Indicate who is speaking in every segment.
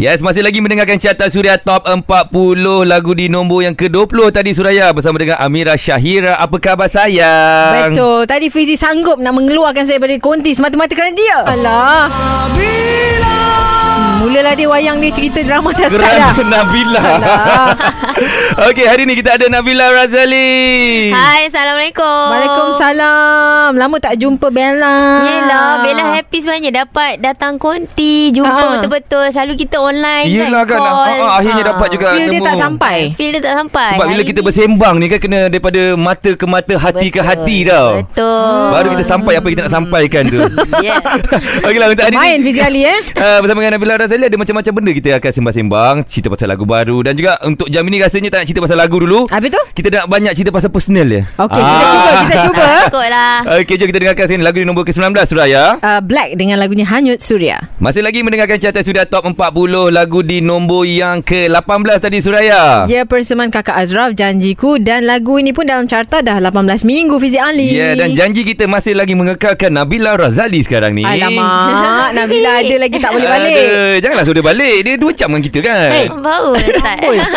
Speaker 1: Yes, masih lagi mendengarkan carta Suria Top 40 lagu di nombor yang ke-20 tadi Suraya bersama dengan Amira Syahira. Apa khabar sayang?
Speaker 2: Betul. Tadi Fizi sanggup nak mengeluarkan saya dari konti semata-mata kerana dia. Alah. Hmm, Mulalah dia wayang dia cerita drama dah start dah.
Speaker 1: Kerana Nabila.
Speaker 2: Alah.
Speaker 1: Okey, hari ni kita ada Nabila Razali.
Speaker 3: Hai, Assalamualaikum.
Speaker 2: Waalaikumsalam. Lama tak jumpa Bella.
Speaker 3: Yelah, Bella happy sebenarnya dapat datang konti,
Speaker 2: Ah.
Speaker 3: jumpa betul-tul. Selalu kita online
Speaker 1: Yelah kan,
Speaker 3: kan,
Speaker 1: nak-
Speaker 3: call.
Speaker 1: ah, ah, akhirnya dapat juga.
Speaker 2: Feel dia
Speaker 1: Nemu.
Speaker 2: tak sampai.
Speaker 3: Feel dia tak sampai.
Speaker 1: Sebab bila
Speaker 3: Hari
Speaker 1: kita
Speaker 3: ni-
Speaker 1: bersembang ni kan kena daripada mata ke mata, hati ke
Speaker 3: Betul.
Speaker 1: hati tau.
Speaker 3: Betul. Ya,
Speaker 1: Baru kita sampai apa yang kita nak sampaikan tu.
Speaker 3: Yeah. Hmm.
Speaker 1: Okeylah untuk hari
Speaker 2: Main
Speaker 1: ni.
Speaker 2: Fizi Ali eh.
Speaker 1: Uh, bersama dengan Nabila Razali ada macam-macam benda kita akan sembang-sembang Cerita pasal lagu baru Dan juga untuk jam ini rasanya tak nak cerita pasal lagu dulu
Speaker 2: Habis tu?
Speaker 1: Kita nak banyak cerita pasal personal dia Ah,
Speaker 2: Okey, kita cuba, kita
Speaker 1: eh.
Speaker 2: cuba.
Speaker 3: Takut lah.
Speaker 1: Okey, jom kita dengarkan sekarang lagu di nombor ke-19 Suraya.
Speaker 2: Uh, Black dengan lagunya Hanyut Surya.
Speaker 1: Masih lagi mendengarkan carta sudah top 40 lagu di nombor yang ke-18 tadi Suraya.
Speaker 2: Ya, Perseman Kakak Azraf, Janjiku dan lagu ini pun dalam carta dah 18 minggu Fizi Ali.
Speaker 1: Ya, dan janji kita masih lagi mengekalkan Nabila Razali sekarang ni.
Speaker 2: Alamak, Nabila ada lagi tak boleh balik.
Speaker 1: Aduh, janganlah sudah balik. Dia dua jam dengan kita kan.
Speaker 2: Eh.
Speaker 3: Bau dah start.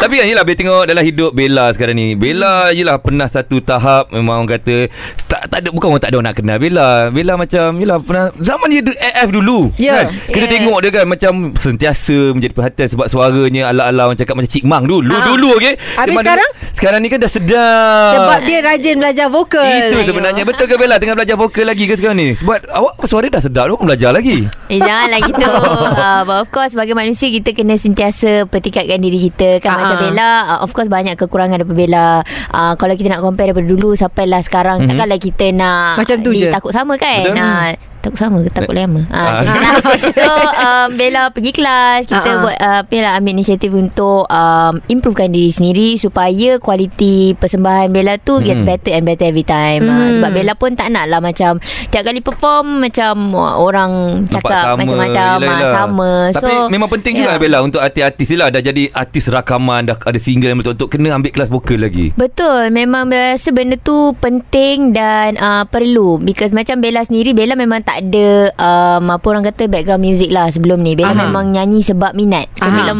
Speaker 1: Tapi kan yelah Bila tengok dalam hidup Bella sekarang ni
Speaker 2: Hmm.
Speaker 1: Bella yelah pernah satu tahap Memang orang kata tak, tak ada Bukan orang tak ada orang nak kenal Bella Bella macam Yelah pernah Zaman dia du- AF dulu
Speaker 2: Ya.
Speaker 1: kan? Kita
Speaker 3: Yeah.
Speaker 1: tengok dia kan Macam sentiasa Menjadi perhatian Sebab suaranya Ala-ala orang cakap Macam Cik Mang dulu
Speaker 2: Ah.
Speaker 1: Dulu okay
Speaker 2: Habis sekarang?
Speaker 1: Sekarang ni kan dah sedap
Speaker 2: Sebab dia rajin belajar vokal.
Speaker 1: itu sebenarnya Betul ke Bella Tengah belajar vokal lagi ke sekarang ni Sebab awak suara dah sedap Awak pun belajar lagi
Speaker 3: Eh janganlah gitu uh, But of course Sebagai manusia Kita kena sentiasa Pertikatkan diri kita
Speaker 2: Ah.
Speaker 3: Kan macam Bella uh, Of course banyak kekurangan Daripada Bella uh, Kalau kita nak compare Daripada dulu Sampai lah sekarang
Speaker 1: Mhm.
Speaker 3: mm-hmm. Takkanlah kita nak
Speaker 2: Macam tu je.
Speaker 3: Takut sama kan
Speaker 1: Betul.
Speaker 3: uh, Takut sama ke? Takut lama
Speaker 1: Ah.
Speaker 3: ha, So um, Bella pergi kelas Kita
Speaker 2: Ah, ah.
Speaker 3: buat uh, Bella ambil inisiatif Untuk um, Improvekan diri sendiri Supaya kualiti Persembahan Bella tu
Speaker 2: Mhm.
Speaker 3: Gets
Speaker 1: Mm.
Speaker 3: better and better every time Ah,
Speaker 2: Mm.
Speaker 3: Sebab Bella pun tak nak lah Macam Tiap kali perform Macam uh, orang
Speaker 1: Nampak
Speaker 3: cakap
Speaker 1: sama,
Speaker 3: macam-macam
Speaker 1: yelah,
Speaker 3: yelah,
Speaker 1: yelah.
Speaker 3: sama
Speaker 1: Tapi
Speaker 3: so
Speaker 1: memang penting
Speaker 3: ya.
Speaker 1: juga Bella Untuk artis-artis ni lah Dah jadi artis rakaman Dah ada single yang betul-betul Kena ambil kelas vokal lagi
Speaker 3: Betul Memang Bella rasa benda tu Penting dan uh, Perlu Because macam Bella sendiri Bella memang tak ada um, Apa orang kata Background music lah Sebelum ni Bella
Speaker 2: Aha.
Speaker 3: memang nyanyi Sebab minat
Speaker 2: Aha.
Speaker 3: So Aha. bila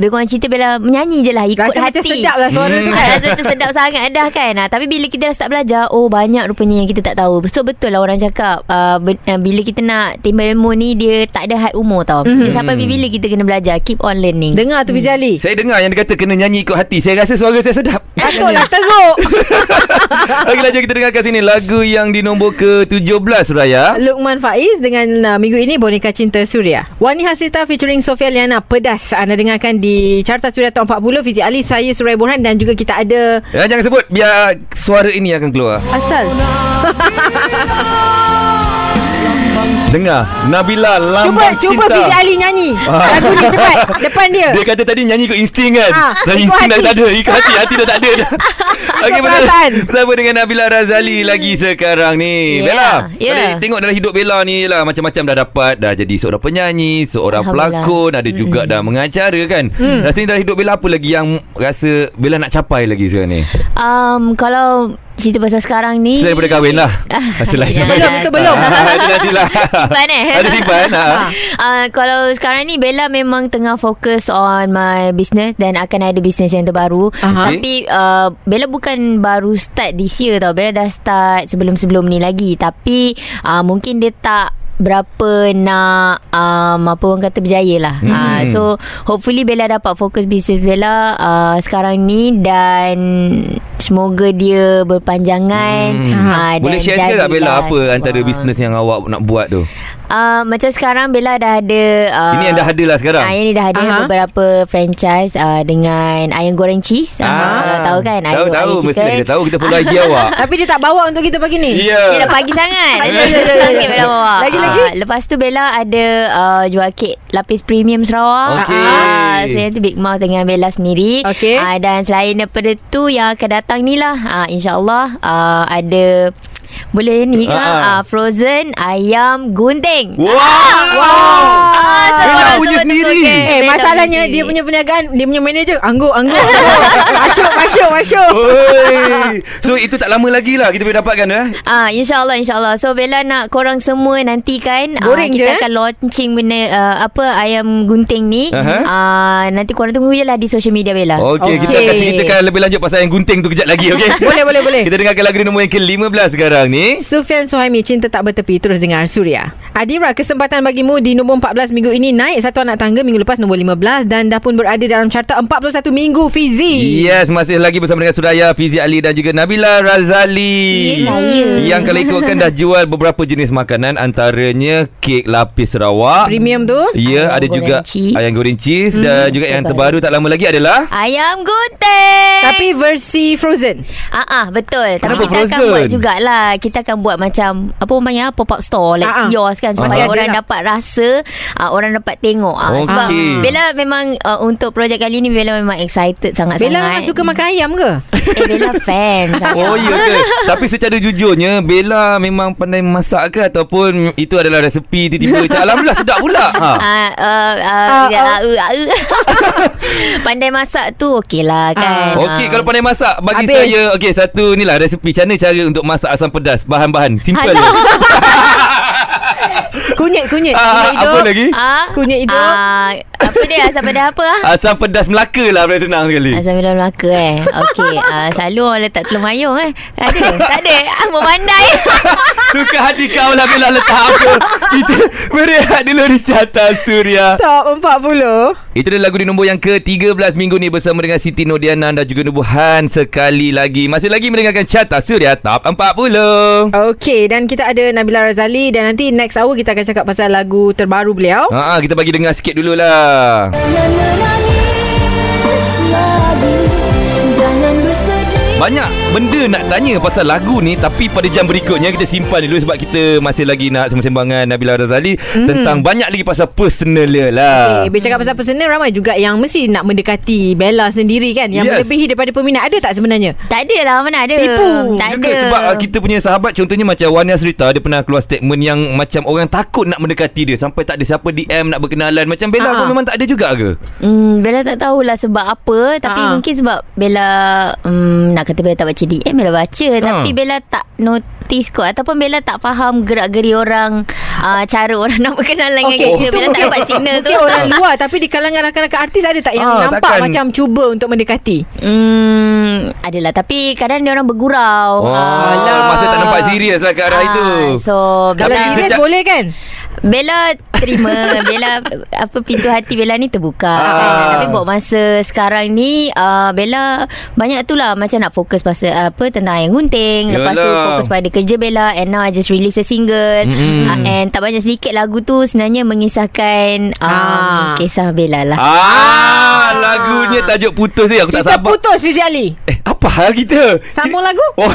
Speaker 3: Lebih kurang cerita Bella menyanyi je lah Ikut
Speaker 2: Rasa
Speaker 3: hati
Speaker 2: macam sedap lah suara tu
Speaker 3: Hmm.
Speaker 2: kan.
Speaker 3: Rasa macam sedap sangat dah kan Ah, Tapi bila kita dah start belajar Oh banyak rupanya yang kita tak tahu So betul lah orang cakap uh, be- uh, Bila kita nak timbul ilmu ni Dia tak ada had umur tau
Speaker 2: Mhm.
Speaker 3: mm-hmm. Sampai
Speaker 1: Hmm.
Speaker 3: bila kita kena belajar Keep on learning
Speaker 2: Dengar tu Fizi Ali.
Speaker 1: Saya dengar yang dia kata Kena nyanyi ikut hati Saya rasa suara saya sedap
Speaker 2: Patutlah teruk.
Speaker 1: Okey lah jom kita dengarkan sini Lagu yang di nombor ke-17 Suraya
Speaker 2: Lukman Faiz dengan uh, minggu ini Boneka Cinta Suria. Wani Hasrita featuring Sofia Liana Pedas. Anda dengarkan di Carta Suria Top 40 Fizi Ali, saya Surai Borhan dan juga kita ada
Speaker 1: Ya, jangan sebut Biar suara ini akan keluar
Speaker 2: Asal.
Speaker 1: Dengar Nabila
Speaker 2: Cuba
Speaker 1: Lambang
Speaker 2: cuba
Speaker 1: Cinta Ah.
Speaker 2: Fizi Ali nyanyi. Lagu ni cepat depan dia.
Speaker 1: Dia kata tadi nyanyi ikut insting kan
Speaker 2: Ah,
Speaker 1: Dan
Speaker 2: ikut
Speaker 1: insting dah
Speaker 2: hati.
Speaker 1: tak ada Ikut hati Hati dah tak ada dah Okey, bersama-
Speaker 2: perasaan.
Speaker 1: Bersama dengan Nabila Razali Lagi sekarang ni
Speaker 3: Yeah,
Speaker 1: Bella
Speaker 3: yeah.
Speaker 1: Tadi tengok dalam hidup Bella ni lah Macam-macam dah dapat Dah jadi seorang penyanyi Seorang
Speaker 3: Alhamdulillah.
Speaker 1: pelakon Ada juga dah mengacara kan Rasanya dalam hidup Bella Apa lagi yang Rasa Bella nak capai lagi sekarang ni
Speaker 3: Um, kalau cerita pasal sekarang ni
Speaker 1: Selain daripada kahwin lah Rasa lain
Speaker 3: Jangan.
Speaker 2: Belum, itu belum.
Speaker 1: Ah, Itu nantilah
Speaker 3: Simpan eh
Speaker 1: Ada simpan ah.
Speaker 3: uh, Kalau sekarang ni Bella memang tengah fokus on my business Dan akan ada business yang terbaru
Speaker 2: Aha.
Speaker 3: okay. Tapi uh, Bella bukan baru start this year tau Bella dah start sebelum-sebelum ni lagi Tapi uh, mungkin dia tak berapa nak um, apa orang kata berjaya lah hmm. uh, so hopefully Bella dapat fokus bisnes Bella uh, sekarang ni dan semoga dia berpanjangan
Speaker 1: Hmm.
Speaker 3: hmm. uh,
Speaker 1: Boleh share sikit tak Bella Apa antara bisnes yang awak nak buat tu
Speaker 3: Uh, macam sekarang Bella dah ada uh,
Speaker 1: Ini yang dah ada lah sekarang
Speaker 3: Ah, yang ni dah ada
Speaker 2: Aha.
Speaker 3: beberapa franchise uh, dengan ayam goreng cheese. Ah, kalau tahu kan
Speaker 1: Tahu
Speaker 3: ayam
Speaker 1: tahu
Speaker 3: ayam
Speaker 1: Mesti
Speaker 3: chicken.
Speaker 1: kita tahu Kita follow IG awak
Speaker 2: Tapi dia tak bawa untuk kita pagi ni.
Speaker 1: Ya
Speaker 3: Eh, Dia dah pagi sangat
Speaker 2: Ya, ya, ya, ya.
Speaker 3: Sikit Bella bawa
Speaker 2: Lagi-lagi?
Speaker 3: Ah, Lepas tu Bella ada uh, Jual kek lapis premium Sarawak
Speaker 1: Okey.
Speaker 3: Ah, So yang tu Big Mouth dengan Bella sendiri
Speaker 2: Okey.
Speaker 3: Ah, Dan selain daripada tu Yang akan datang ni lah uh, InsyaAllah uh, Ada boleh ni kan
Speaker 1: Ah.
Speaker 3: uh, Frozen Ayam gunting
Speaker 1: Wow Bella
Speaker 3: Ah, semua-
Speaker 1: punya
Speaker 2: Ah,
Speaker 3: semua
Speaker 1: sendiri.
Speaker 3: tengok,
Speaker 2: Eh,
Speaker 3: dalam
Speaker 2: masalahnya
Speaker 3: negeri.
Speaker 2: dia punya perniagaan, dia punya manager anggur anggur. masuk masuk masuk.
Speaker 1: Oi. So itu tak lama lagi lah kita boleh dapatkan eh.
Speaker 3: Ah, insyaAllah, insyaAllah. So, Bella nak korang semua nantikan. ah,
Speaker 2: Goreng
Speaker 3: kita
Speaker 2: je, eh?
Speaker 3: akan launching benda, uh, apa, ayam gunting ni.
Speaker 1: Aha.
Speaker 3: Ah, nanti korang tunggu je lah di social media, Bella.
Speaker 1: Okey, okay. kita
Speaker 2: Okey.
Speaker 1: akan ceritakan lebih lanjut pasal yang gunting tu kejap lagi, okey?
Speaker 2: Boleh boleh boleh.
Speaker 1: Kita dengarkan lagu di nombor yang ke-15 sekarang ni.
Speaker 2: Sufian Suhaimi Cinta Tak Bertepi Terus dengar Suria Adira kesempatan bagimu Di nombor 14 minggu ini Naik satu anak tangga Minggu lepas nombor 15 Dan dah pun berada dalam carta 41 minggu Fizi
Speaker 1: Yes, masih lagi bersama dengan Sudaya, Fizi Ali dan juga Nabila Razali.
Speaker 3: Ya, saya.
Speaker 1: Yang kalau ikutkan dah jual beberapa jenis makanan antaranya kek lapis Sarawak.
Speaker 2: Premium tu
Speaker 1: Ya,
Speaker 3: Ayam
Speaker 1: ada
Speaker 3: goreng
Speaker 1: juga
Speaker 3: cheese. Hmm,
Speaker 1: ayam goreng cheese dan juga yang terbaru tak lama lagi adalah
Speaker 3: Ayam gunting.
Speaker 2: Tapi versi frozen
Speaker 3: Ah ah betul.
Speaker 1: Kenapa
Speaker 3: Tapi kita akan
Speaker 1: frozen?
Speaker 3: buat jugalah. Kita akan buat macam apa orang panggil ah, pop-up store
Speaker 2: Ah,
Speaker 3: like
Speaker 2: ah.
Speaker 3: uh-huh. kios kan
Speaker 2: Masih
Speaker 3: supaya
Speaker 2: ada
Speaker 3: orang
Speaker 2: lah.
Speaker 3: dapat rasa, uh, orang dapat tengok. Ah
Speaker 1: Okey.
Speaker 3: sebab Bella memang uh, untuk projek kali ni Bella memang excited sangat-sangat.
Speaker 2: Bella memang suka makan ayam ke?
Speaker 3: Eh Bella fan sangat.
Speaker 1: Oh ya ke Tapi secara jujurnya Bella memang pandai masak ke Ataupun Itu adalah resepi Tiba-tiba macam Alhamdulillah sedap pula ha.
Speaker 3: Ah, ah, ah,
Speaker 2: Ah,
Speaker 3: ya,
Speaker 2: ah.
Speaker 3: ah, ah, ah. Pandai masak tu okey lah kan
Speaker 1: Okey
Speaker 3: Ah.
Speaker 1: kalau pandai masak Bagi
Speaker 2: Habis.
Speaker 1: Habis. saya Okey satu ni lah resepi Macam mana cara untuk masak asam pedas Bahan-bahan Simple je
Speaker 3: Alah.
Speaker 2: Kunyit kunyit
Speaker 1: ah, Apa
Speaker 2: Kunyit hidup
Speaker 1: lagi
Speaker 3: ah,
Speaker 2: Kunyit hidup.
Speaker 3: ah, Apa dia asal pada apa ah?
Speaker 1: Asam pedas Melaka lah Boleh tenang sekali
Speaker 3: Asam pedas Melaka eh Okey uh, Selalu orang letak telur mayung eh Ada ke? Tak ada ah, Memandai
Speaker 1: Suka hati kau lah Bella letak apa Itu Berehat dulu di carta suria
Speaker 2: Top 40
Speaker 1: Itu dia lagu di nombor yang ke-13 minggu ni bersama dengan Siti Nodiana dan juga Nubuhan sekali lagi. Masih lagi mendengarkan Carta Suria Top 40.
Speaker 2: Okay dan kita ada Nabila Razali Dan nanti next hour kita akan cakap pasal lagu terbaru beliau
Speaker 1: Ha ah, kita bagi dengar sikit dululah.
Speaker 4: Menangis lagi Jangan bersedih
Speaker 1: Banyak benda nak tanya pasal lagu ni tapi pada jam berikutnya kita simpan dulu sebab kita masih lagi nak sembang-sembangan Nabila Razali mm-hmm.
Speaker 3: Hmm.
Speaker 1: tentang banyak lagi pasal personal dia lah.
Speaker 2: Okay,
Speaker 3: Eh,
Speaker 2: bercakap pasal personal ramai juga yang mesti nak mendekati Bella sendiri kan yang
Speaker 1: Yes.
Speaker 2: yes. melebihi daripada peminat ada tak sebenarnya?
Speaker 3: Tak ada lah Mana ada
Speaker 2: Tipu.
Speaker 3: Tak
Speaker 1: Ya
Speaker 3: ada
Speaker 1: ke? Sebab uh, kita punya sahabat Contohnya macam Wania Serita Dia pernah keluar statement Yang macam orang takut Nak mendekati dia Sampai tak ada siapa DM Nak berkenalan Macam Bella
Speaker 2: Ah.
Speaker 1: pun memang tak ada juga ke?
Speaker 3: Hmm, Bella tak tahulah sebab apa Tapi
Speaker 2: Ah.
Speaker 3: mungkin sebab Bella um, Nak kata Bella tak baca DM Bella baca
Speaker 2: Ah.
Speaker 3: Tapi Bella tak notice kot Ataupun Bella tak faham Gerak-geri orang uh, Cara orang nak berkenalan dengan
Speaker 2: Okey,
Speaker 3: kita
Speaker 2: itu
Speaker 3: Bella tak dapat signal tu
Speaker 2: Mungkin orang luar tapi di kalangan rakan-rakan artis ada tak yang
Speaker 1: Ah,
Speaker 2: nampak
Speaker 1: takkan.
Speaker 2: macam cuba untuk mendekati?
Speaker 3: Hmm, adalah tapi kadang dia orang bergurau.
Speaker 1: Oh,
Speaker 3: Ah.
Speaker 1: Alah. masa tak nampak serius lah ke
Speaker 2: Ah,
Speaker 1: arah itu.
Speaker 3: So
Speaker 2: Kalau
Speaker 1: Tapi
Speaker 3: Bella,
Speaker 2: serius
Speaker 1: sejak-
Speaker 2: boleh kan?
Speaker 3: Bella terima Bella apa pintu hati Bella ni terbuka
Speaker 1: Ah.
Speaker 3: kan. Tapi buat masa sekarang ni uh, Bella banyak tu lah macam nak fokus pasal apa tentang ayam gunting, lepas tu
Speaker 1: Yalah.
Speaker 3: fokus pada kerja Bella and now I just release a single.
Speaker 1: Mm-mm.
Speaker 3: Uh, and tak banyak sedikit lagu tu sebenarnya mengisahkan um,
Speaker 2: Ah.
Speaker 3: kisah Bella lah.
Speaker 1: Ah, lagunya tajuk putus ni aku tak
Speaker 2: Kita
Speaker 1: sabar.
Speaker 2: putus Fizi Ali.
Speaker 1: eh, apa hal kita?
Speaker 2: Sambung lagu.
Speaker 1: Oh,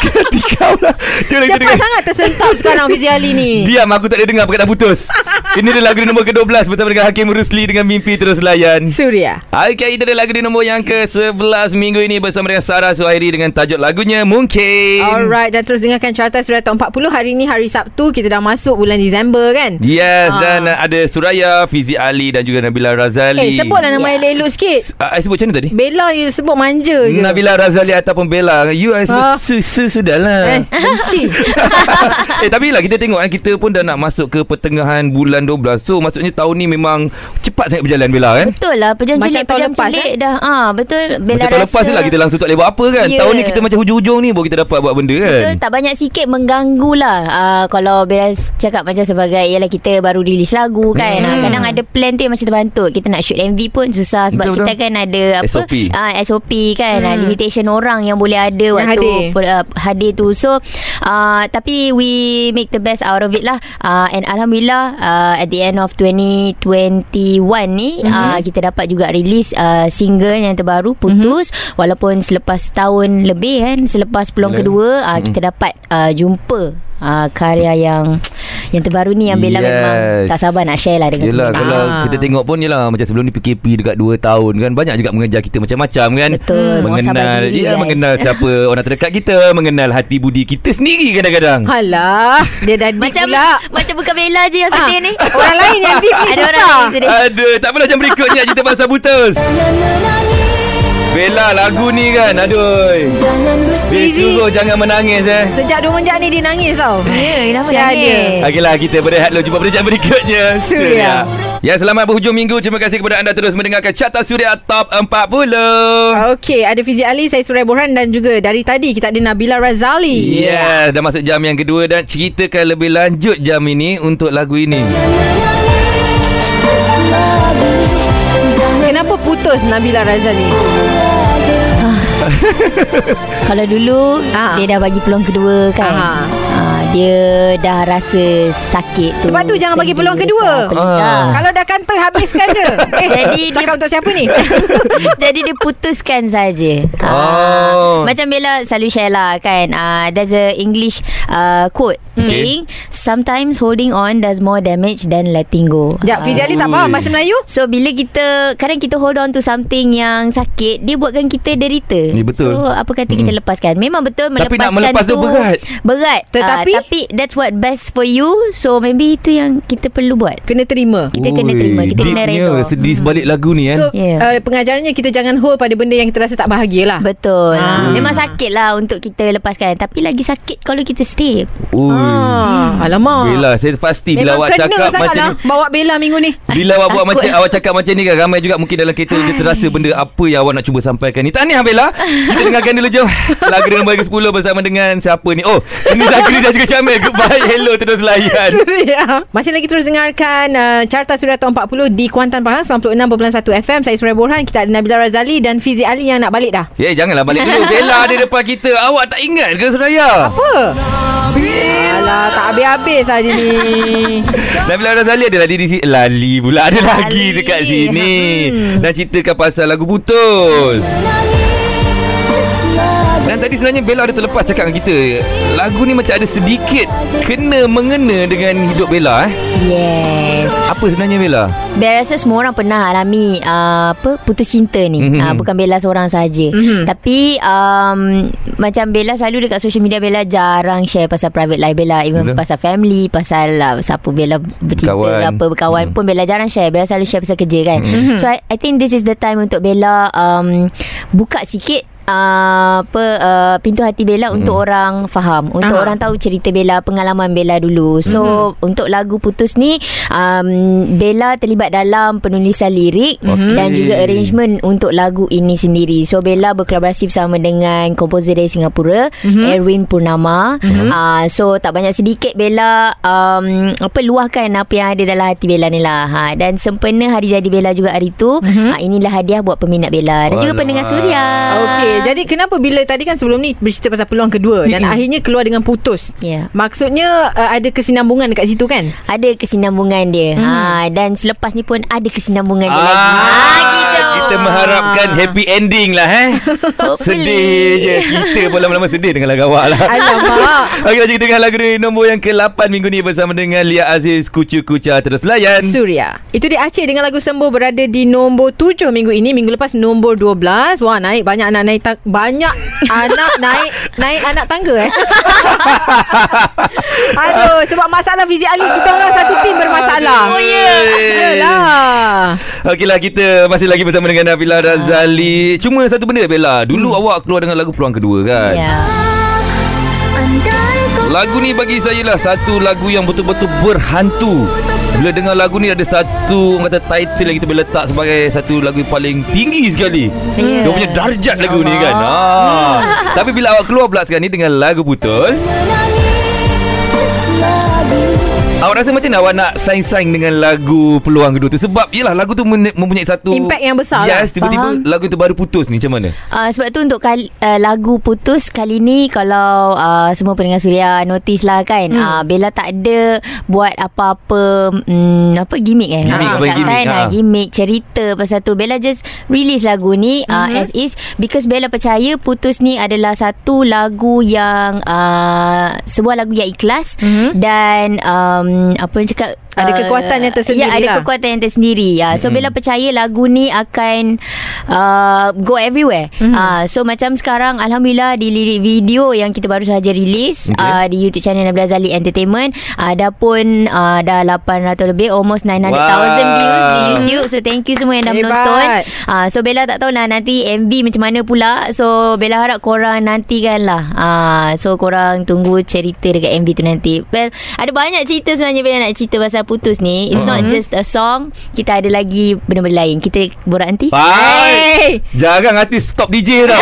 Speaker 1: kati kau lah. Jom kita
Speaker 2: Cepat
Speaker 1: dengar.
Speaker 2: sangat tersentap sekarang Fizi Ali ni.
Speaker 1: Diam aku tak boleh dengar perkataan putus. Ini dia lagu di nombor ke-12 bersama dengan Hakim Rusli dengan Mimpi Terus Layan.
Speaker 2: Surya.
Speaker 1: Okay, itu dia lagu di nombor yang ke-11 minggu ini bersama dengan Sarah Suhairi dengan tajuk lagunya Mungkin.
Speaker 2: Alright dan terus dengarkan carta Surya Top 40 hari ni hari Sabtu kita dah masuk bulan Disember kan?
Speaker 1: Yes,
Speaker 2: Ah.
Speaker 1: dan uh, ada Suraya, Fizi Ali dan juga Nabila Razali.
Speaker 2: Eh sebutlah nama
Speaker 3: Ya.
Speaker 2: yeah. elok sikit.
Speaker 1: Uh, I sebut macam mana tadi?
Speaker 2: Bella you sebut manja je.
Speaker 1: Nabila Razali ataupun Bella You are
Speaker 2: Ah.
Speaker 1: sebut su, su, sudah lah
Speaker 2: Eh, benci.
Speaker 1: eh tapi lah kita tengok kan Kita pun dah nak masuk ke pertengahan bulan 12 So maksudnya tahun ni memang Cepat sangat berjalan Bella kan
Speaker 3: Betul lah pejam
Speaker 2: Macam
Speaker 3: celik
Speaker 2: tahun
Speaker 3: pejam
Speaker 2: lepas,
Speaker 3: celik dah ah betul Bella
Speaker 1: eh? Macam tahun
Speaker 3: rasa
Speaker 1: lepas ni lah Kita langsung tak boleh buat apa kan
Speaker 3: Ya.
Speaker 1: Tahun ni kita macam hujung-hujung ni Baru kita dapat buat benda kan
Speaker 3: Betul tak banyak sikit mengganggu lah uh, Kalau Bella cakap macam sebagai Ialah kita baru release lagu kan hmm. Kadang ada plan tu yang macam terbantut Kita nak shoot MV pun susah Sebab
Speaker 1: Betul,
Speaker 3: kita
Speaker 1: betul.
Speaker 3: kan ada apa
Speaker 1: SOP.
Speaker 3: uh, SOP kan hmm. Limitation orang yang boleh ada
Speaker 2: Yang
Speaker 3: Waktu
Speaker 2: hadir.
Speaker 3: hadir, uh, hadir tu So uh, Tapi we make the best out of it lah uh, And Alhamdulillah uh, At the end of 2021 ni
Speaker 1: Mhm.
Speaker 3: hmm. uh, Kita dapat juga release uh, Single yang terbaru Putus hmm. Walaupun selepas tahun lebih kan Selepas peluang
Speaker 1: Yelah.
Speaker 3: kedua uh, kita dapat uh, jumpa uh, karya yang yang terbaru ni yang Bella
Speaker 1: Yes.
Speaker 3: memang tak sabar nak share lah dengan
Speaker 1: Yelah
Speaker 3: peminat.
Speaker 1: kalau
Speaker 2: Ah.
Speaker 1: kita tengok pun Yelah macam sebelum ni PKP Dekat 2 tahun kan Banyak juga mengejar kita Macam-macam kan
Speaker 3: Betul, muhasabah
Speaker 1: Mengenal
Speaker 3: diri,
Speaker 1: Ya
Speaker 3: guys.
Speaker 1: mengenal siapa Orang terdekat kita Mengenal hati budi kita sendiri kadang-kadang
Speaker 2: Alah Dia dah deep
Speaker 3: Macam
Speaker 2: pula
Speaker 3: macam bukan Bella je yang
Speaker 2: Ah,
Speaker 3: sedih ni.
Speaker 2: Orang lain yang deep ni
Speaker 3: Ada orang
Speaker 2: susah
Speaker 3: lain sedih.
Speaker 1: Aduh Tak apalah jam berikutnya Kita pasal buta
Speaker 4: Jangan menangis
Speaker 1: Bella lagu ni kan Aduh
Speaker 4: Jangan
Speaker 1: Dia
Speaker 4: bersedih
Speaker 1: suruh jangan menangis eh
Speaker 2: Sejak dua menjak ni dia nangis tau
Speaker 3: Ya, kenapa
Speaker 2: Sial
Speaker 3: nangis?
Speaker 2: dia.
Speaker 1: Okeylah lah, kita berehat dulu Jumpa pada jam berikutnya
Speaker 2: Eh. Suria.
Speaker 1: Ya selamat berhujung minggu Terima kasih kepada anda Terus mendengarkan Carta Suria Top 40
Speaker 2: Okey, ada Fizi Ali, saya Surai Borhan dan juga dari tadi kita ada Nabila Razali.
Speaker 1: Yes, dah masuk jam yang kedua dan ceritakan lebih lanjut jam ini untuk lagu ini.
Speaker 4: lagi Jangan
Speaker 2: Kenapa putus Nabila Razali?
Speaker 4: lagi
Speaker 3: Kalau dulu
Speaker 2: Ah.
Speaker 3: Dia dah bagi peluang kedua kan
Speaker 2: Ah.
Speaker 3: Ah, Dia dah rasa sakit tu
Speaker 2: Sebab tu jangan bagi peluang
Speaker 3: sendiri,
Speaker 2: kedua.
Speaker 3: resah, pelik.
Speaker 1: Ah.
Speaker 3: Ah.
Speaker 2: Kalau dah kantor habiskan dia. Eh,
Speaker 3: Jadi dia-
Speaker 2: cakap untuk siapa ni?
Speaker 3: Jadi dia putuskan saja. Ah.
Speaker 1: Oh.
Speaker 3: Macam Bella selalu share lah kan. Uh, there's a English uh, quote
Speaker 1: Okay.
Speaker 3: saying sometimes holding on does more damage than letting go.
Speaker 2: Sekejap, Fizi Ali tak faham
Speaker 1: Ui.
Speaker 2: bahasa Melayu?
Speaker 3: So bila kita Kadang kita hold on to something Yang sakit Dia buatkan kita derita
Speaker 1: Ni betul.
Speaker 3: So apa kata kita
Speaker 1: Mm-mm.
Speaker 3: lepaskan Memang betul
Speaker 1: Tapi nak
Speaker 3: melepaskan
Speaker 1: melepas tu
Speaker 3: tu
Speaker 1: berat.
Speaker 3: Berat
Speaker 2: Tetapi-
Speaker 3: Ah, Tapi that's what best for you So maybe itu yang kita perlu buat
Speaker 2: Kena terima.
Speaker 3: Kita kena terima, kita kena
Speaker 1: deepnya
Speaker 3: redha.
Speaker 1: Sedih sebalik lagu ni kan.
Speaker 2: So, yeah.
Speaker 3: Yeah.
Speaker 2: uh, pengajarannya kita jangan hold pada benda yang kita rasa tak bahagia lah.
Speaker 3: Ya. Betul
Speaker 2: Ah.
Speaker 3: Memang sakit lah Untuk kita lepaskan Tapi lagi sakit Kalau kita stay
Speaker 1: Ui.
Speaker 2: Ah, alamak.
Speaker 1: Bila saya pasti bila
Speaker 2: Memang
Speaker 1: awak
Speaker 2: kena
Speaker 1: cakap
Speaker 2: sangat
Speaker 1: macam
Speaker 2: lah
Speaker 1: ni
Speaker 2: bawa Bella minggu ni.
Speaker 1: bila awak buat
Speaker 3: Takut.
Speaker 1: macam awak cakap macam ni kan ramai juga mungkin dalam kereta dia terasa benda apa yang awak nak cuba sampaikan ni. Tahniah Bella. Kita dengarkan dulu jom. Lagu nombor ke-10 bersama dengan siapa ni? Oh, ini Zakri dan juga Syamil. Goodbye. Hello terus layan.
Speaker 2: ya. Masih lagi terus dengarkan uh, Carta Suria Top 40 di Kuantan Pahang 96.1 FM. Saya Surai Borhan, kita ada Nabila Razali dan Fizi Ali yang nak balik dah.
Speaker 1: Ya, yeah, janganlah balik dulu. Bella ada depan kita. Awak tak ingat ke Suraya?
Speaker 2: Apa? Alah, tak habis-habis saja ni.
Speaker 1: Nabila Razali ada lagi di sini Lali pula Ada lagi
Speaker 3: Lali.
Speaker 1: dekat sini hmm. Dan ceritakan pasal lagu putus
Speaker 4: Menangis lagi
Speaker 1: Dan tadi sebenarnya Bella ada terlepas cakap dengan kita Lagu ni macam ada sedikit Kena mengena dengan hidup Bella eh
Speaker 3: Yes
Speaker 1: Apa sebenarnya Bella?
Speaker 3: Bella rasa semua orang pernah alami uh, apa putus cinta ni.
Speaker 1: Mhm.
Speaker 3: Mm-hmm. Uh, bukan Bella seorang saja.
Speaker 2: Mhm.
Speaker 3: Mm-hmm. Tapi um, macam Bella selalu dekat social media Bella jarang share pasal private life Bella, even
Speaker 1: Betul.
Speaker 3: Betul. pasal family, pasal uh, siapa Bella bercinta
Speaker 1: Berkawan.
Speaker 3: ke apa berkawan
Speaker 1: Mhm.
Speaker 3: mm. pun Bella jarang share. Bella selalu share pasal kerja kan.
Speaker 1: Mhm.
Speaker 3: Mm-hmm. So I, I think this is the time untuk Bella um, buka sikit Uh, apa uh, pintu hati Bella mm. untuk orang faham untuk
Speaker 2: Aha.
Speaker 3: orang tahu cerita Bella pengalaman Bella dulu so mm. untuk lagu putus ni um, Bella terlibat dalam penulisan lirik
Speaker 1: Okey.
Speaker 3: dan juga arrangement untuk lagu ini sendiri so Bella berkolaborasi bersama dengan komposer dari Singapura mm-hmm. Erwin Purnama mm-hmm. uh, so tak banyak sedikit Bella um, apa luahkan apa yang ada dalam hati Bella ni lah ha, dan sempena hari jadi Bella juga hari tu mm-hmm. uh, inilah hadiah buat peminat Bella dan juga
Speaker 1: Alamak.
Speaker 3: pendengar Suria
Speaker 2: Okey, jadi kenapa bila tadi kan sebelum ni bercerita pasal peluang kedua dan akhirnya keluar dengan putus?
Speaker 3: Ya.
Speaker 2: Maksudnya uh, ada kesinambungan dekat situ kan?
Speaker 3: ada kesinambungan dia. Hmm. Ha dan selepas ni pun ada kesinambungan dia
Speaker 1: Ah,
Speaker 3: lagi. Ha gitu.
Speaker 1: Kita mengharapkan happy ending lah eh Sedih je Kita pun lama-lama sedih dengan lagu awak lah
Speaker 2: Alamak.
Speaker 1: Okey, jom kita dengar lagu ni nombor yang ke-8 minggu ni bersama dengan Lia Aziz Kucu Kuca terus layan.
Speaker 2: Suria Itu dia Acik dengan lagu Sembuh Berada di nombor 7 minggu ini Minggu lepas nombor 12 Wah naik banyak anak naik ta- Banyak anak naik Naik anak tangga eh Aduh Sebab masalah Fizik Ali Kita orang satu tim bermasalah
Speaker 1: Oh, ya.
Speaker 2: Yalah
Speaker 1: Okeylah lah, kita masih lagi bersama dengan Nabila
Speaker 3: Ah.
Speaker 1: Razali. Cuma satu benda Bella, dulu awak keluar dengan lagu peluang kedua kan.
Speaker 3: Hmm. Ya.
Speaker 4: Andai kau
Speaker 1: Lagu ni bagi saya lah satu lagu yang betul-betul berhantu. Bila dengar lagu ni ada satu orang kata title yang kita boleh letak sebagai satu lagu yang paling tinggi sekali.
Speaker 3: Ya.
Speaker 1: Dia
Speaker 2: Eh.
Speaker 1: punya darjat lagu ni kan. Ah. Tapi bila awak keluar pula sekarang ni dengan lagu putus
Speaker 4: menangis lagi
Speaker 1: Awak rasa macam mana awak nak saing-saing dengan lagu peluang kedua tu? Sebab yelah lagu tu men- mempunyai satu...
Speaker 2: Impact yang besar lah.
Speaker 1: Yes, tiba-tiba
Speaker 3: Faham.
Speaker 1: lagu tu baru putus ni. Macam mana?
Speaker 3: Uh, sebab tu untuk kali, uh, lagu putus kali ni kalau uh, semua pendengar Suria notice lah kan hmm. uh, Bella tak ada buat apa-apa um, apa gimmick eh
Speaker 1: Gimmick,
Speaker 3: Ah,
Speaker 1: apa
Speaker 3: tak
Speaker 1: gimmick,
Speaker 3: kan?
Speaker 1: ah.
Speaker 2: Ha.
Speaker 3: Ah, gimmick cerita pasal tu Bella just release lagu ni uh,
Speaker 2: Mhm.
Speaker 3: as is because Bella percaya putus ni adalah satu lagu yang uh, sebuah lagu yang ikhlas dan um, apa yang cakap
Speaker 2: Mhm. Ada
Speaker 3: uh,
Speaker 2: kekuatan yang tersendiri
Speaker 3: ya, ada
Speaker 2: lah.
Speaker 3: kekuatan kekuatan yang tersendiri ya. So Bella percaya lagu ni akan uh, go everywhere. Mm-hmm. Uh, so macam sekarang alhamdulillah di lirik video yang kita baru saja rilis
Speaker 1: Okay.
Speaker 3: okay. uh, di YouTube channel Nabila Zali Entertainment uh, dah pun uh, dah 800 lebih almost 900,000
Speaker 1: Wow.
Speaker 3: views di YouTube. So thank you semua yang dah
Speaker 2: Hebat.
Speaker 3: menonton. Uh, so Bella tak tahulah nanti MV macam mana pula. So Bella harap korang nantikan lah. Uh, so korang tunggu cerita dekat MV tu nanti. Well, ada banyak cerita sebenarnya Bella nak cerita pasal putus ni. It's not
Speaker 1: Mm-hmm.
Speaker 3: just a song. Kita ada lagi benda-benda lain. Kita borak nanti.
Speaker 1: Bye!
Speaker 2: Hey.
Speaker 1: Jangan artis stop DJ tau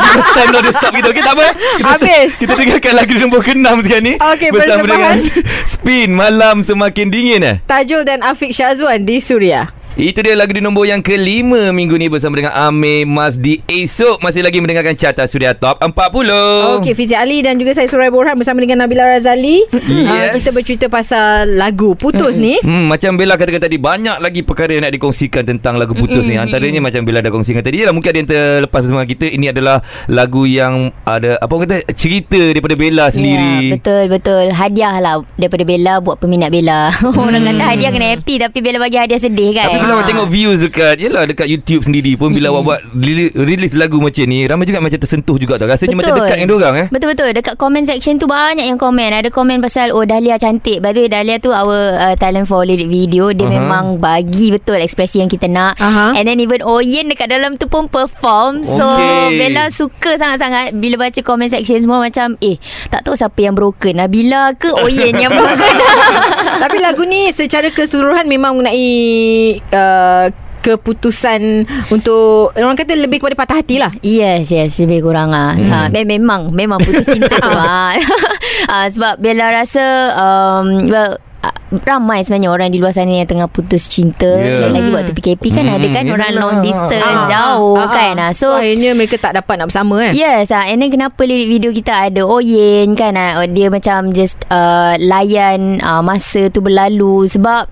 Speaker 1: First time dah dia stop kita Okay tak apa kita,
Speaker 2: Habis.
Speaker 1: Kita dengarkan lagu nombor ke-6 sekarang ni
Speaker 2: Okey,
Speaker 1: Bersama
Speaker 2: persembahan.
Speaker 1: dengan Spin Malam Semakin Dingin eh
Speaker 2: Tajul dan Afiq Syazwan di Suria.
Speaker 1: Itu dia lagu di nombor yang kelima minggu ni Bersama dengan Amir Masdi Esok Masih lagi mendengarkan Carta Suria Top 40 Oh.
Speaker 2: Okey, Fizi Ali dan juga saya Surai Borhan bersama dengan Nabila Razali. Ah,
Speaker 1: Yes.
Speaker 2: kita bercerita pasal lagu Putus ni.
Speaker 1: Hmm, macam Bella katakan tadi Banyak lagi perkara yang nak dikongsikan Tentang lagu putus ni Antaranya macam Bella dah kongsikan tadi Yalah, Mungkin ada yang terlepas bersama kita Ini adalah lagu yang Ada apa orang kata Cerita daripada Bella
Speaker 3: Ya,
Speaker 1: sendiri
Speaker 3: betul betul. Hadiah lah daripada Bella buat peminat Bella. Orang kata hadiah kena happy tapi Bella bagi hadiah sedih kan.
Speaker 1: Hmm. Tapi bila awak
Speaker 3: Ah.
Speaker 1: tengok views dekat Yelah dekat YouTube sendiri pun Bila awak buat rili- Release lagu macam ni Ramai juga macam tersentuh juga tau Rasanya macam dekat dengan orang eh
Speaker 3: Betul-betul Dekat comment section tu Banyak yang komen Ada komen pasal Oh Dahlia cantik By the way Dahlia tu Our uh, talent for lyric video
Speaker 1: Aha.
Speaker 3: Dia uh-huh. memang bagi betul Ekspresi yang kita nak
Speaker 2: Aha.
Speaker 3: uh-huh. And then even Oyen dekat dalam tu pun Perform So
Speaker 1: Okey.
Speaker 3: Bella suka sangat-sangat Bila baca comment section semua Macam eh Tak tahu siapa yang broken Nabila ke Oyen yang broken
Speaker 2: Tapi lagu ni secara keseluruhan memang mengenai uh, keputusan untuk orang kata lebih kepada patah hati lah.
Speaker 3: Yes, yes Lebih kurang lah hmm. ha, me- Memang Memang putus cinta tu ha. ha, Sebab Bella rasa um, Well ah, ramai sebenarnya orang di luar sana yang tengah putus cinta
Speaker 1: Yeah.
Speaker 2: Ya.
Speaker 3: yeah. lagi waktu PKP kan
Speaker 1: Hmm,
Speaker 3: ada kan
Speaker 1: yelah.
Speaker 3: orang long distance
Speaker 2: Ah,
Speaker 3: jauh
Speaker 2: ah, ah.
Speaker 3: kan ah. so
Speaker 2: akhirnya mereka tak dapat nak bersama kan.
Speaker 3: Yes ah. And then kenapa lirik video kita ada Oyen kan ah. Dia macam just uh, Layan uh, Masa tu berlalu Sebab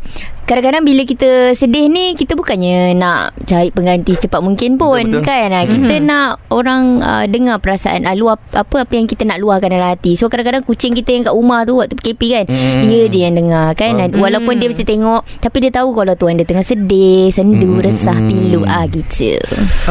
Speaker 3: Kadang-kadang bila kita sedih ni Kita bukannya nak Cari pengganti secepat mungkin pun
Speaker 1: Betul, Mm-hmm. betul.
Speaker 3: Betul-betul. Kan ah. Kita nak Orang uh, dengar perasaan uh, luap, Apa apa yang kita nak luahkan dalam hati So kadang-kadang kucing kita yang kat rumah tu Waktu PKP kan
Speaker 1: Hmm.
Speaker 3: Dia je yang dengar kan
Speaker 1: Faham.
Speaker 3: hmm. Walaupun
Speaker 1: Mm-hmm.
Speaker 3: dia macam tengok Tapi dia tahu kalau tuan dia tengah sedih Sendu
Speaker 1: Hmm.
Speaker 3: Resah Pilu ah gitu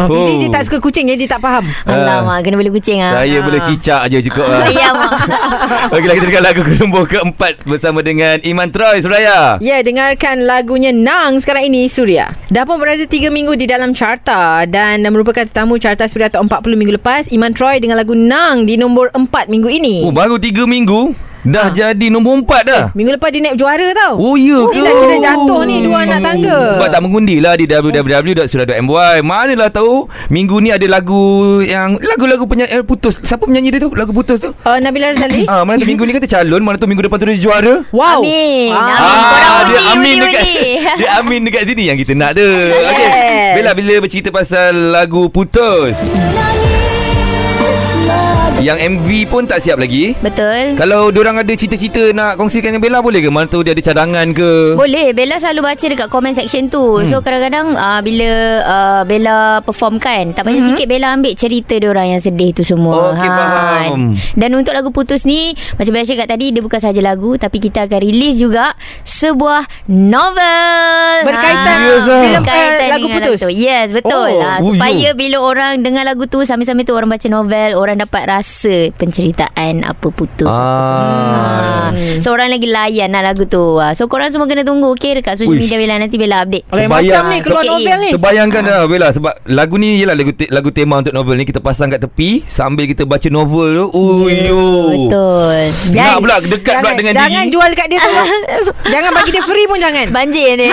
Speaker 2: Oh. Fizi
Speaker 1: Oh.
Speaker 2: dia tak suka kucing jadi dia tak faham.
Speaker 3: Alamak Kena beli kucing ah.
Speaker 1: Ah. Saya
Speaker 3: ya. Ah.
Speaker 1: boleh cicak je cukup lah
Speaker 3: Saya mak.
Speaker 1: Okeylah lah, kita dengar lagu nombor keempat Bersama dengan Iman Troy Suraya
Speaker 2: Ya, yeah, dengarkan lagunya Nang sekarang ini Suria. Dah pun berada 3 minggu di dalam carta dan merupakan tetamu carta Suria Top 40 minggu lepas Iman Troy dengan lagu Nang di nombor 4 minggu ini.
Speaker 1: Oh baru 3 minggu Dah jadi nombor 4 dah
Speaker 2: Minggu lepas dia naik juara tau.
Speaker 1: Oh ya
Speaker 2: Ah. Oh,
Speaker 1: ke?
Speaker 2: kita kira jatuh ni dua anak tangga.
Speaker 1: Sebab tak mengundi lah di www.surah.my Manalah lah tahu Minggu ni ada lagu yang Lagu-lagu penyanyi eh, putus Siapa penyanyi dia tu? Lagu putus tu?
Speaker 2: Uh, Nabila Razali.
Speaker 1: Ah, mana tu minggu ni kata calon Mana tu minggu depan tu dia juara
Speaker 2: Wow.
Speaker 3: Amin.
Speaker 2: Ah.
Speaker 3: Amin. Korang
Speaker 1: Ah,
Speaker 3: undi,
Speaker 1: dia amin
Speaker 3: undi,
Speaker 1: dekat
Speaker 3: undi.
Speaker 1: Dia amin dekat sini Yang kita nak dia okay.
Speaker 2: Yes.
Speaker 1: Bella bila bercerita pasal lagu Putus Yang MV pun tak siap lagi
Speaker 3: Betul.
Speaker 1: Kalau diorang ada cita-cita Nak kongsikan dengan Bella Boleh ke? Mana tu dia ada cadangan ke
Speaker 3: Boleh Bella selalu baca dekat comment section tu hmm. So kadang-kadang uh, Bila uh, Bella perform kan Tak banyak mm-hmm. sikit Bella ambil cerita diorang yang sedih tu semua
Speaker 1: Okey, faham.
Speaker 3: Dan untuk lagu Putus ni Macam Bella cakap tadi Dia bukan sahaja lagu Tapi kita akan release juga Sebuah novel
Speaker 2: Berkaitan
Speaker 1: Serius ah?
Speaker 2: filem, eh,
Speaker 3: Berkaitan
Speaker 2: lagu
Speaker 3: dengan
Speaker 2: Putus?
Speaker 3: tu. Yes betul
Speaker 1: Oh,
Speaker 3: oh. ha,
Speaker 1: oh, you.
Speaker 3: Supaya bila orang dengar lagu tu Sambil-sambil tu orang baca novel Orang dapat rasa Penceritaan apa Putus apa semua
Speaker 1: Ah.
Speaker 2: Hmm.
Speaker 3: Ah. So orang lagi layan lah lagu tu Ah, So korang semua kena tunggu Okay dekat social
Speaker 1: Uish.
Speaker 3: media Bila nanti Bella update
Speaker 2: Lain
Speaker 1: Terbayang.
Speaker 2: macam ni keluar
Speaker 3: Sikit
Speaker 2: novel ni.
Speaker 1: Terbayangkan dah Bella Sebab lagu ni Yelah lagu, te- lagu tema untuk novel ni Kita pasang kat tepi Sambil kita baca novel tu
Speaker 2: Ya,
Speaker 1: Uyo
Speaker 3: Betul Dan
Speaker 1: Nak pula Dekat pula dengan
Speaker 2: jangan
Speaker 1: diri
Speaker 2: jual kat dia tu. jangan bagi dia free pun jangan.
Speaker 3: banjir ni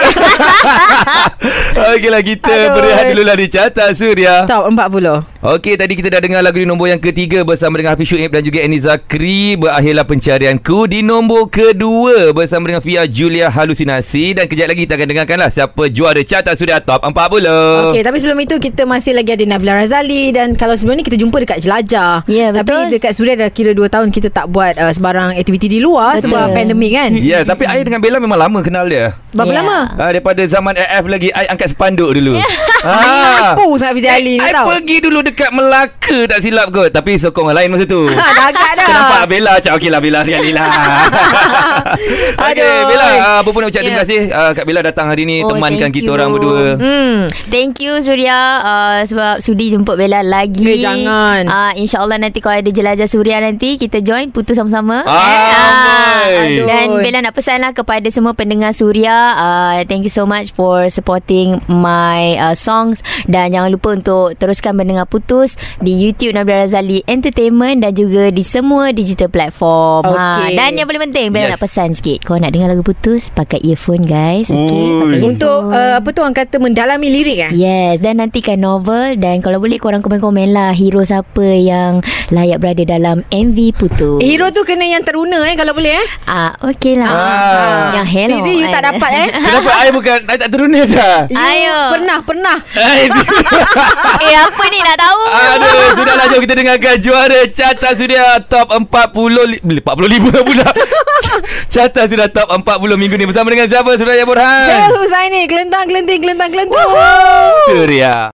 Speaker 1: Okeylah kita
Speaker 2: Aduh.
Speaker 1: Berehat dulu lah di Carta Suria
Speaker 2: Top 40.
Speaker 1: Okey tadi kita dah dengar lagu di nombor yang ketiga bersama bersama dengan Hafiz Shuib dan juga Annie Zakri berakhirlah pencarianku di nombor kedua bersama dengan Fia Julia Halusinasi dan kejap lagi kita akan dengarkanlah siapa juara carta suria top 40. Oh.
Speaker 2: Okey, tapi sebelum itu kita masih lagi ada Nabila Razali dan kalau sebelum ni kita jumpa dekat Jelajah.
Speaker 3: Ya, betul.
Speaker 2: Tapi dekat Suria dah kira 2 tahun kita tak buat uh, sebarang aktiviti di luar
Speaker 3: Betul.
Speaker 2: sebab pandemik kan.
Speaker 1: Ya, yeah, tapi I dengan Bella memang lama kenal dia.
Speaker 2: Berapa
Speaker 3: Ya.
Speaker 2: lama?
Speaker 1: Ah, daripada zaman AF lagi I angkat spanduk dulu.
Speaker 2: Ya. Ah. Mampu sangat Fizi
Speaker 1: I,
Speaker 2: Ali ni
Speaker 1: I
Speaker 2: tau.
Speaker 1: pergi dulu dekat Melaka tak silap kot Tapi sokong orang lain masa tu
Speaker 2: Ha, dah agak dah.
Speaker 1: Kenapa Bella Cak okey lah Bella sekali lah Okay
Speaker 2: Aduh.
Speaker 1: Bella uh, Apa pun nak ucap
Speaker 3: Ya.
Speaker 1: terima kasih uh, Kak Bella datang hari ni
Speaker 3: Oh,
Speaker 1: Temankan
Speaker 3: thank
Speaker 1: kita
Speaker 3: you.
Speaker 1: orang berdua
Speaker 2: Hmm.
Speaker 3: Thank you Surya uh, Sebab sudi jemput Bella lagi
Speaker 2: Eh, jangan.
Speaker 3: uh, InsyaAllah nanti kalau ada jelajah Surya nanti Kita join putus sama-sama
Speaker 1: Ah,
Speaker 3: Ah,
Speaker 1: baik.
Speaker 3: Dan
Speaker 2: Aduh.
Speaker 3: Bella nak pesan lah kepada semua pendengar Surya uh, Thank you so much for supporting my uh, songs Dan jangan lupa untuk teruskan mendengar putus Di YouTube Nabila Razali Entertainment Dan juga di semua digital platform Ha,
Speaker 2: Okay.
Speaker 3: Dan yang paling penting Bella
Speaker 1: Yes.
Speaker 3: nak pesan sikit Kalau nak dengar lagu putus Pakai earphone guys Okay
Speaker 1: Ui.
Speaker 3: pakai
Speaker 2: Untuk
Speaker 3: earphone.
Speaker 2: uh, apa tu orang kata mendalami lirik eh?
Speaker 3: Yes Dan nantikan novel Dan kalau boleh korang komen-komen lah Hero siapa yang Layak berada dalam MV Putus
Speaker 2: Hero tu kena yang teruna eh kalau boleh eh.
Speaker 3: Ah, okay lah
Speaker 1: Ah.
Speaker 3: Yang hello
Speaker 2: Fizi you tak
Speaker 3: kan.
Speaker 2: dapat eh.
Speaker 1: Kenapa I bukan I tak teruna dah
Speaker 2: You
Speaker 3: Ayo.
Speaker 2: Pernah, pernah.
Speaker 1: I,
Speaker 3: Eh apa ni nak tahu
Speaker 1: Aduh Sudahlah jom kita dengarkan Juara Carta Suria Top 40 li- 45 pula Carta Suria Top 40 minggu ni Bersama dengan siapa Suraya Borhan
Speaker 2: Carol Husaini, kelentang, kelenting, kelentang, kelentung.
Speaker 1: Suria